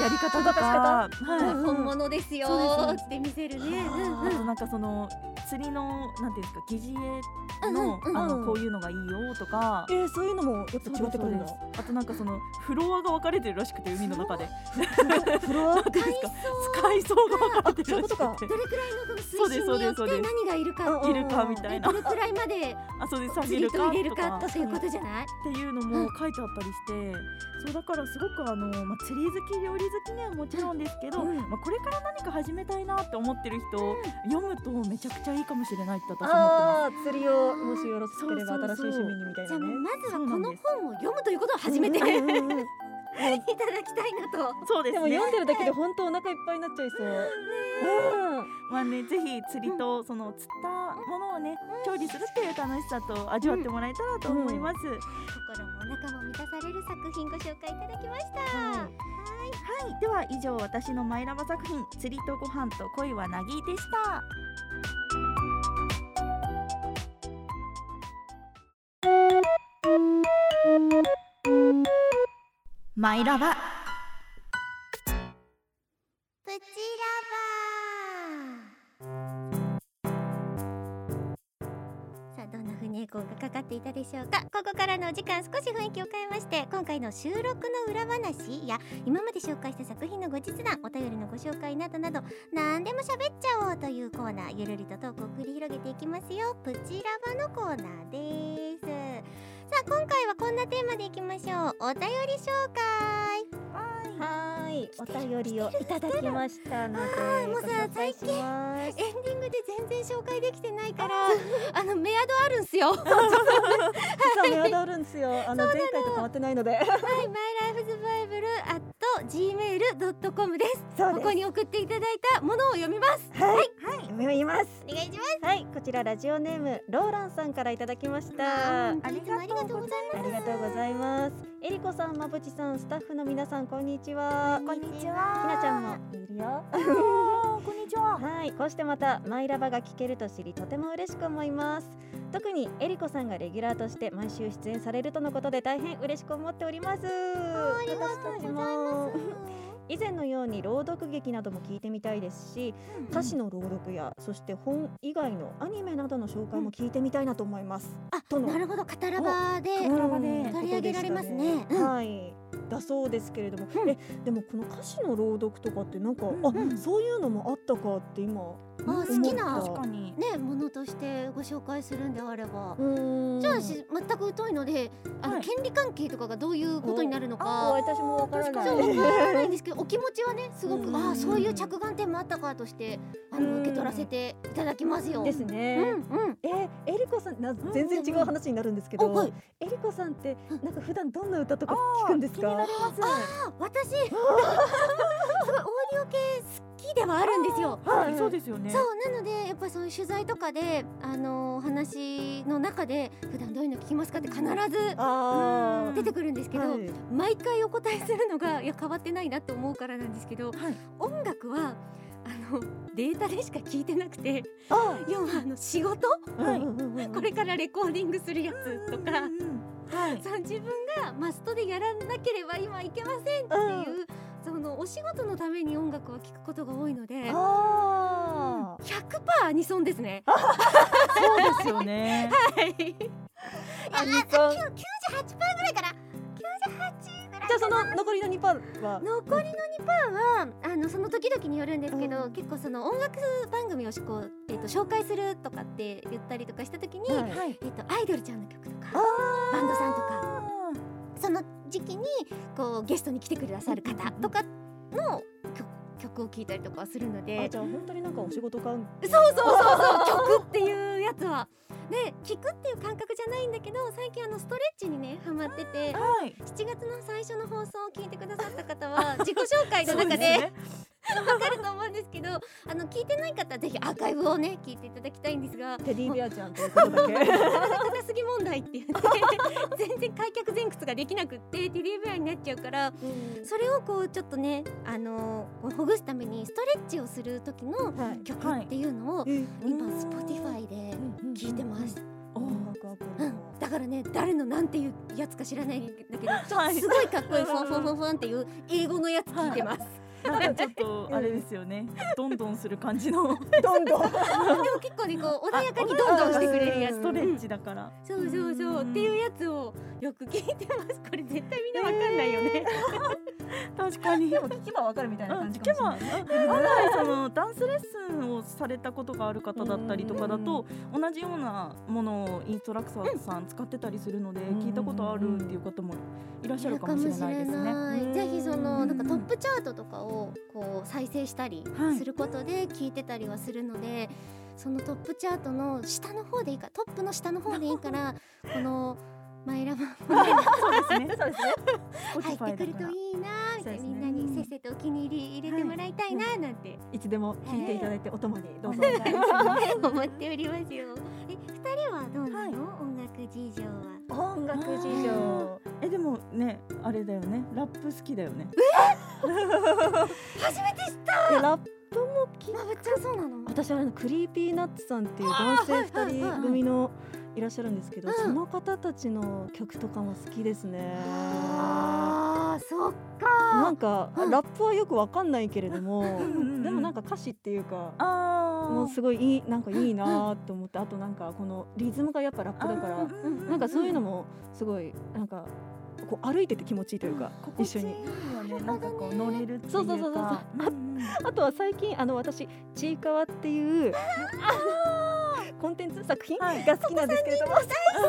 [SPEAKER 3] やり方と
[SPEAKER 1] あ
[SPEAKER 3] か、
[SPEAKER 1] うん
[SPEAKER 3] はい。
[SPEAKER 2] 本物ですよ
[SPEAKER 3] そう
[SPEAKER 2] ー
[SPEAKER 3] です
[SPEAKER 2] って見せるね。うんうん
[SPEAKER 3] あとなんかその釣りのなんていうんですか疑似絵の、
[SPEAKER 2] うんうんうん
[SPEAKER 3] あのこういうのがいいよとか
[SPEAKER 1] え。ー、そういうのもやっぱ違
[SPEAKER 3] そう
[SPEAKER 1] ってくるん
[SPEAKER 3] で
[SPEAKER 1] だ
[SPEAKER 3] すあとなんかそのフロアが分かれてるらしくて海の中で
[SPEAKER 1] フロア
[SPEAKER 3] なんていうんですか使いそうが分かれてるらしくて
[SPEAKER 1] あそういうこと
[SPEAKER 2] どれくらいの
[SPEAKER 3] そうで
[SPEAKER 2] 水
[SPEAKER 3] す
[SPEAKER 2] 深によっ
[SPEAKER 3] そう
[SPEAKER 2] て
[SPEAKER 3] です
[SPEAKER 2] 何がいるか
[SPEAKER 1] うん
[SPEAKER 3] いるかみた
[SPEAKER 2] で
[SPEAKER 3] いな
[SPEAKER 2] どれくらいまで
[SPEAKER 3] あそうです下
[SPEAKER 2] 釣
[SPEAKER 3] げ
[SPEAKER 2] り
[SPEAKER 3] る
[SPEAKER 2] と
[SPEAKER 3] か
[SPEAKER 2] 入れる
[SPEAKER 3] と
[SPEAKER 2] か
[SPEAKER 3] か
[SPEAKER 2] っていうことじゃない？
[SPEAKER 3] っていうのも書いてあったりして、そうだからすごくあの、まあ、釣り好き料理好きにはもちろんですけど、
[SPEAKER 1] うん
[SPEAKER 3] まあ、これから何か始めたいなって思ってる人、読むとめちゃくちゃいいかもしれないって私思ってます。
[SPEAKER 1] あー釣りをもしよろしければ
[SPEAKER 3] そうそ
[SPEAKER 1] 新し
[SPEAKER 3] う
[SPEAKER 1] い
[SPEAKER 3] そう
[SPEAKER 1] 趣味にみたい
[SPEAKER 2] じゃあ
[SPEAKER 1] な
[SPEAKER 2] もう
[SPEAKER 1] ね
[SPEAKER 2] まずは
[SPEAKER 3] そう
[SPEAKER 2] こ
[SPEAKER 3] なん
[SPEAKER 2] の
[SPEAKER 3] です
[SPEAKER 2] 本を読むということを初めて いただ
[SPEAKER 1] うんうんうんうん
[SPEAKER 2] きたいなと。
[SPEAKER 3] そうで
[SPEAKER 1] で
[SPEAKER 3] すね
[SPEAKER 1] も読んでるだけで本当お腹いっぱいになっちゃいそう、うん
[SPEAKER 3] まあね、ぜひ釣りとその釣ったものをね、調理するっていう楽しさと味わってもらえたらと思います。は、
[SPEAKER 2] 心もお腹も満たされる作品ご紹介いただきました。はい
[SPEAKER 3] では以上私のマイラバ作品釣りとご飯と恋はなぎでした。マイラバ。
[SPEAKER 2] プチラバーさあどんな船エコーがかかっていたでしょうかここからのお時間少し雰囲気を変えまして今回の収録の裏話や今まで紹介した作品の後日談お便りのご紹介などなど何でも喋っちゃおうというコーナーゆるりとトークを繰り広げていきますよプチラバのコーナーですさあ今回はこんなテーマでいきましょうお便り紹介
[SPEAKER 1] はーい、お便りをいただきましたので、
[SPEAKER 2] もうさ
[SPEAKER 1] ご紹介します。
[SPEAKER 2] エンディングで全然紹介できてないからあのメアドあるんす よはい
[SPEAKER 1] 実はメアドあるん ですよ。あの前回と変わってないので。
[SPEAKER 2] マイ ライフズバイブルアット gmail.com です
[SPEAKER 1] そ
[SPEAKER 2] ここに送っていただいたものを読みます
[SPEAKER 1] はい、はい、読みます。
[SPEAKER 2] お願いしま
[SPEAKER 1] はい、こちらラジオネームローランさんからいただきました。
[SPEAKER 2] ありがとうござい
[SPEAKER 1] ありがとうございます。えりこさん、まぶちさん、スタッフの皆さん、こんにちは。
[SPEAKER 3] こんにち
[SPEAKER 1] ひなちゃん
[SPEAKER 3] は。
[SPEAKER 1] もいる よ。
[SPEAKER 3] ひなちゃんも。こんにちは。
[SPEAKER 1] はい、こうしてまたマイラバが聞けると知りとても嬉しく思います特にえりこさんがレギュラーとして毎週出演されるとのことで大変嬉しく思っておりますあ
[SPEAKER 2] りがとうございます
[SPEAKER 1] 以前のように朗読劇なども聞いてみたいですし歌詞の朗読やそして本以外のアニメなどの紹介も聞いてみたいなと思います、
[SPEAKER 2] あ
[SPEAKER 1] どの
[SPEAKER 2] なるほどカタラバで
[SPEAKER 1] うん
[SPEAKER 3] ラバで
[SPEAKER 2] 取り上げられますね
[SPEAKER 1] ことでしたはいだそうですけれども、
[SPEAKER 2] うん
[SPEAKER 1] えでもこの歌詞の朗読とかってなんか、あ、
[SPEAKER 3] うん
[SPEAKER 1] そういうのもあったかって今
[SPEAKER 2] あ好きな
[SPEAKER 3] 確かに。
[SPEAKER 2] ねものとしてご紹介するんであれば
[SPEAKER 1] うん
[SPEAKER 2] じゃあし全く疎いのであの、
[SPEAKER 3] はい
[SPEAKER 2] 権利関係とかがどういうことになるの
[SPEAKER 1] あ
[SPEAKER 2] か
[SPEAKER 1] 私もわからない
[SPEAKER 2] ちょっとわからないんですけど、お気持ちはね、すご
[SPEAKER 1] う
[SPEAKER 2] く、
[SPEAKER 1] ん
[SPEAKER 2] ああ、そういう着眼点もあったかとして。あ
[SPEAKER 1] う
[SPEAKER 2] の、
[SPEAKER 1] ん
[SPEAKER 2] 受け取らせていただきますよ。
[SPEAKER 1] です
[SPEAKER 2] う
[SPEAKER 1] ね
[SPEAKER 2] ん、う、ん、
[SPEAKER 1] ええりこさんな全然違う話になるんですけ
[SPEAKER 2] あ、
[SPEAKER 1] ど、
[SPEAKER 2] はい、
[SPEAKER 1] えりこさんって
[SPEAKER 2] うん
[SPEAKER 1] なんか普段どんな歌とか聞くんです
[SPEAKER 3] 気にな
[SPEAKER 1] か
[SPEAKER 3] ります。
[SPEAKER 2] あ、私。すごいオーディオ系好きではあるんですよ。
[SPEAKER 1] はい
[SPEAKER 3] そうですよね。
[SPEAKER 2] そう、なので、やっぱりそういう取材とかで、あの、お話の中で、普段どういうの聞きますかって必ず。
[SPEAKER 1] あ
[SPEAKER 2] 出てくるんですけど、
[SPEAKER 1] はい
[SPEAKER 2] 毎回お答えするのがいや変わってないなと思うからなんですけど、
[SPEAKER 3] はい
[SPEAKER 2] 音楽はあのデータでしか聞いてなくて
[SPEAKER 1] あ
[SPEAKER 2] 要はあの仕事
[SPEAKER 1] あ
[SPEAKER 3] はい
[SPEAKER 1] うんうんうんうん
[SPEAKER 2] これからレコーディングするやつとか
[SPEAKER 3] うんうんうん。はい。
[SPEAKER 2] そう自分がマストでやらなければ今いけませんっていうそのお仕事のために音楽を聴くことが多いので
[SPEAKER 1] あ
[SPEAKER 2] 100%アニソンですね。
[SPEAKER 3] そうですよね。
[SPEAKER 2] はい
[SPEAKER 1] あアニソン
[SPEAKER 2] 98%ぐらいかな
[SPEAKER 1] じゃあその残りの2パーは
[SPEAKER 2] 残りの2パーはあのその時々によるんですけど、
[SPEAKER 1] うん
[SPEAKER 2] 結構その音楽番組をしこう、えっと紹介するとかって言ったりとかした時に、
[SPEAKER 1] はい
[SPEAKER 3] はい。
[SPEAKER 2] えっとアイドルちゃんの曲と
[SPEAKER 1] あ
[SPEAKER 2] か
[SPEAKER 1] ー
[SPEAKER 2] バンドさんとかその時期にこうゲストに来てくださる方とかの曲曲を聴いたりとかはするの
[SPEAKER 1] あ
[SPEAKER 2] で
[SPEAKER 1] じゃあ本当になんかお仕事感
[SPEAKER 2] そうそうそうそう曲っていうやつは。ね、聴くっていう感覚じゃないんだけど最近あのストレッチにねハマってて
[SPEAKER 3] はい。
[SPEAKER 2] 7月の 最初の放送を聞いてくださった方は自己紹介の中
[SPEAKER 3] そう
[SPEAKER 2] です
[SPEAKER 3] ね。
[SPEAKER 2] わかると思うんですけどどあの聞いてない方はぜひアーカイブをね聞いていただきたいんです が
[SPEAKER 1] テディベアちゃんというこ とだけ
[SPEAKER 2] 高すぎ問題って言って全然開脚前屈ができなくってテディベアになっちゃうからそれをこうちょっとねあのこうほぐすためにストレッチをする時の
[SPEAKER 1] はい
[SPEAKER 2] 曲
[SPEAKER 3] はい
[SPEAKER 2] っていうのを今 Spotify で聞いてますす。うん、だからね誰のなんていうやつか知らないんだけど、
[SPEAKER 3] はい
[SPEAKER 2] すごいかっこいい
[SPEAKER 3] うん
[SPEAKER 2] フォンフォンフォンフォンっていう英語のやつ聞いてます。
[SPEAKER 3] なんかちょっとあれですよねどんどんする感じの
[SPEAKER 1] どんどん
[SPEAKER 2] でも結構ねこう 穏やかにどんどんしてくれるやつ
[SPEAKER 1] う
[SPEAKER 3] ス
[SPEAKER 1] ん
[SPEAKER 3] トレッチだから
[SPEAKER 2] そうそうそう
[SPEAKER 3] うん
[SPEAKER 2] っていうやつをよく聞いてますこれ絶対みんなわかんないよね、
[SPEAKER 3] 確かに
[SPEAKER 1] でも聞けばわかるみたいな
[SPEAKER 3] うん
[SPEAKER 1] 感
[SPEAKER 3] 聞
[SPEAKER 1] じ
[SPEAKER 3] け
[SPEAKER 1] かも
[SPEAKER 3] ば
[SPEAKER 1] しれない
[SPEAKER 3] 案外そのダンスレッスンをされたことがある方だったりとかだと同じようなものをインストラクターさん使ってたりするので
[SPEAKER 1] うん
[SPEAKER 3] 聞いたことあるっていう方もいらっしゃるかもしれないですね。
[SPEAKER 1] うん
[SPEAKER 2] ぜひそのなんか
[SPEAKER 3] うん
[SPEAKER 2] トップチャートとかをこう再生したり
[SPEAKER 3] はい
[SPEAKER 2] することで聞いてたりはするので、そのトップチャートの下の方でいいからトップの下の方でいいから このマイラバン
[SPEAKER 3] そうですね。
[SPEAKER 1] そうですね
[SPEAKER 2] 入ってくると
[SPEAKER 3] Spotify だから
[SPEAKER 2] いいなーみたいな、
[SPEAKER 1] そうですね
[SPEAKER 2] みんなにせっせとお気に入り入れてもらいたいなーなんて、
[SPEAKER 1] いつでも聞いていただいてお供にどうぞ
[SPEAKER 2] 思っておりますよ。え二人はどうなの、音楽事情は。
[SPEAKER 1] 音楽事情
[SPEAKER 3] えでもねあれだよねラップ好きだよね。
[SPEAKER 2] 初めて知った。
[SPEAKER 1] でラップも聞い
[SPEAKER 2] まぶっちゃんそうなの。
[SPEAKER 1] 私あれのクリーピーナッツさんっていう男性
[SPEAKER 2] あーはいはい
[SPEAKER 1] 二
[SPEAKER 2] はい
[SPEAKER 1] 人組のいらっしゃるんですけど、
[SPEAKER 2] うん
[SPEAKER 1] その方たちの曲とかも好きですね。
[SPEAKER 2] ああ、そっ
[SPEAKER 1] な
[SPEAKER 2] か
[SPEAKER 1] んか、
[SPEAKER 2] うん
[SPEAKER 1] ラップはよくわかんないけれども、
[SPEAKER 3] ん
[SPEAKER 1] でもなんか歌詞っていうか、
[SPEAKER 3] あ
[SPEAKER 1] もうすごいいいなんかいいなと思って、あとなんかこのリズムがやっぱラップだから、
[SPEAKER 2] うん
[SPEAKER 1] なんかそういうの
[SPEAKER 3] も
[SPEAKER 1] もすごいなんかこう歩いてて気持ちいいというか、一緒に。
[SPEAKER 3] ねなんかこう乗れるっていうか。
[SPEAKER 1] そうそう そうそう
[SPEAKER 3] うんうん
[SPEAKER 1] あとは最近あの私ちいかわっていうあの コンテンツ作品
[SPEAKER 3] はい
[SPEAKER 1] が好きなんですけれども、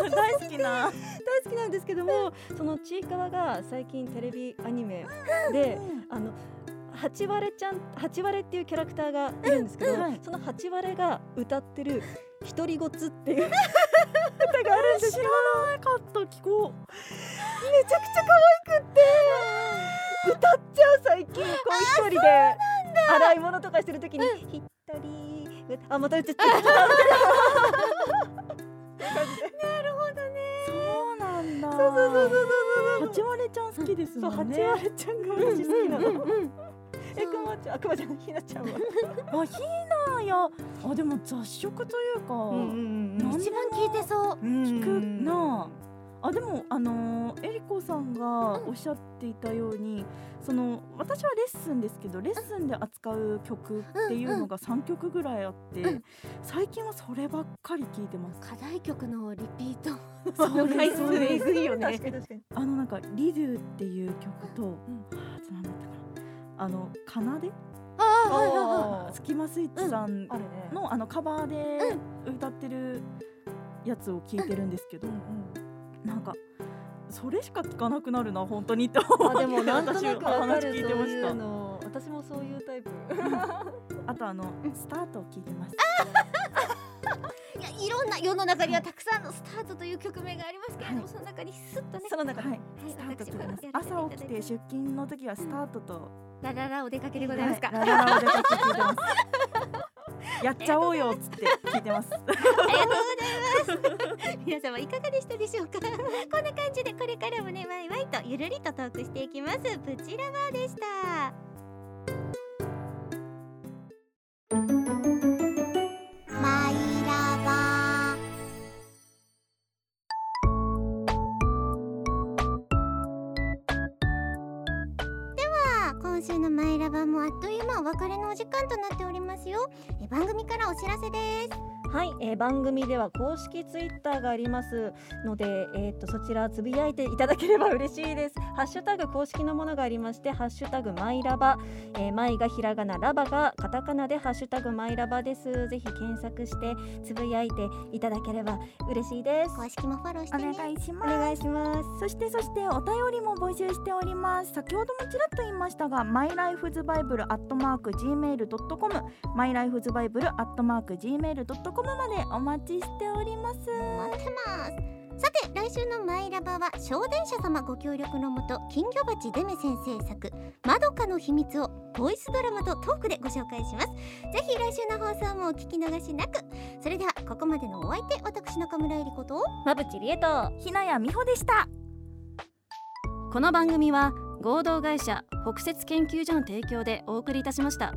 [SPEAKER 3] うん大好きな。
[SPEAKER 1] 大好きなんですけどもそのちいかわが最近テレビアニメであの八割れちゃん八割れっていうキャラクターがいるんですけど、
[SPEAKER 3] うんはい
[SPEAKER 1] その八割れが歌ってる独り言っていう 歌があるんです
[SPEAKER 3] 知
[SPEAKER 1] よ
[SPEAKER 3] らなかった聞こう。
[SPEAKER 1] めちゃくちゃ可愛くって歌っちゃう最近こう一人で洗い物とかしてる時に「ひっとりーあまた歌っち ゃった
[SPEAKER 3] そうなんだ。そうそうそうそうそう。八割れちゃん好きです」
[SPEAKER 1] そう
[SPEAKER 3] もん
[SPEAKER 1] 八
[SPEAKER 3] ね。
[SPEAKER 1] 割れちゃんが私好きなの。え
[SPEAKER 2] そう
[SPEAKER 1] くまちゃんあくまちゃんひなちゃんは。
[SPEAKER 3] あヒーナーやあでも雑食というか、
[SPEAKER 1] ん
[SPEAKER 3] うん
[SPEAKER 2] 一番聞いてそう。
[SPEAKER 1] 聞
[SPEAKER 3] 聞くなあでもあのー、えりこさんがおっしゃっていたように、その私はレッスンですけどレッスンで扱う曲っていうのが3曲ぐらいあって、
[SPEAKER 2] うん
[SPEAKER 3] 最近はそればっかり聞いてます。
[SPEAKER 2] 課題曲のリピート。
[SPEAKER 3] そ
[SPEAKER 2] の回数えぐいよね
[SPEAKER 1] 確かに確かに。
[SPEAKER 3] あのなんか「リドゥ」っていう曲と、あーなんだったかなあの「奏で」
[SPEAKER 2] あ
[SPEAKER 1] はいはいはい
[SPEAKER 3] スキマスイッチさん
[SPEAKER 1] あるね。
[SPEAKER 3] のあのカバーで歌ってるやつを聞いてるんですけど、なんかそれしか聞かなくなるな本当にって思
[SPEAKER 1] あでも
[SPEAKER 3] って
[SPEAKER 1] なんとなくわかるそう
[SPEAKER 3] 私お話聞いてまし
[SPEAKER 1] いう
[SPEAKER 3] た
[SPEAKER 1] の。私もそういうタイプ。
[SPEAKER 3] あとあのスタートを聞いてます
[SPEAKER 2] いや、いろんな世の中にはたくさんのスタートという曲名がありますけれども、その中にスッとね。
[SPEAKER 1] その中で
[SPEAKER 3] はい
[SPEAKER 2] はい
[SPEAKER 3] スタート
[SPEAKER 2] 私
[SPEAKER 3] 聞
[SPEAKER 2] も
[SPEAKER 3] いて
[SPEAKER 2] やら
[SPEAKER 3] ま
[SPEAKER 2] せ
[SPEAKER 3] す
[SPEAKER 2] ていただいて
[SPEAKER 3] 朝起きて出勤の時はスタートと
[SPEAKER 2] ラララお出かけでございますか。
[SPEAKER 3] はいラララを出かけて聞いてますやっちゃおうよっつって聞いてます
[SPEAKER 2] ありがとうございます。 皆様いかがでしたでしょうか。こんな感じでこれからもねワイワイとゆるりとトークしていきます。プチラバーでした。マイラバー。今週のマイラバーもあっという間お別れのお時間となっておりますよえ番組からお知らせです
[SPEAKER 1] はい、えー番組では公式ツイッターがありますので、えー、とそちらつぶやいていただければ嬉しいです。ハッシュタグ公式のものがありまして、ハッシュタグマイラバ、えー、マイがひらがな、ラバがカタカナでハッシュタグマイラバです。ぜひ検索してつぶやいていただければ嬉しいです。
[SPEAKER 2] 公式もフォローし
[SPEAKER 3] お
[SPEAKER 2] てね
[SPEAKER 3] 願いし
[SPEAKER 1] お
[SPEAKER 3] ます
[SPEAKER 1] 願いします。
[SPEAKER 3] そしてそしてお便りも募集しております先ほどもちらっと言いましたが mylifesbible.gmail.com mylifesbible.gmail.com までお待ちしております
[SPEAKER 2] 待ってますさて来週の「マイラバ」は小電車様ご協力のもと金魚鉢デメ先生作「まどかの秘密」をボイスドラマとトークでご紹介しますぜひ来週の放送もお聞き逃しなくそれではここまでのお相手私中村えり子と
[SPEAKER 1] まぶちりえと
[SPEAKER 3] ひなやみほでした
[SPEAKER 4] この番組は合同会社北雪研究所の提供でお送りいたしました。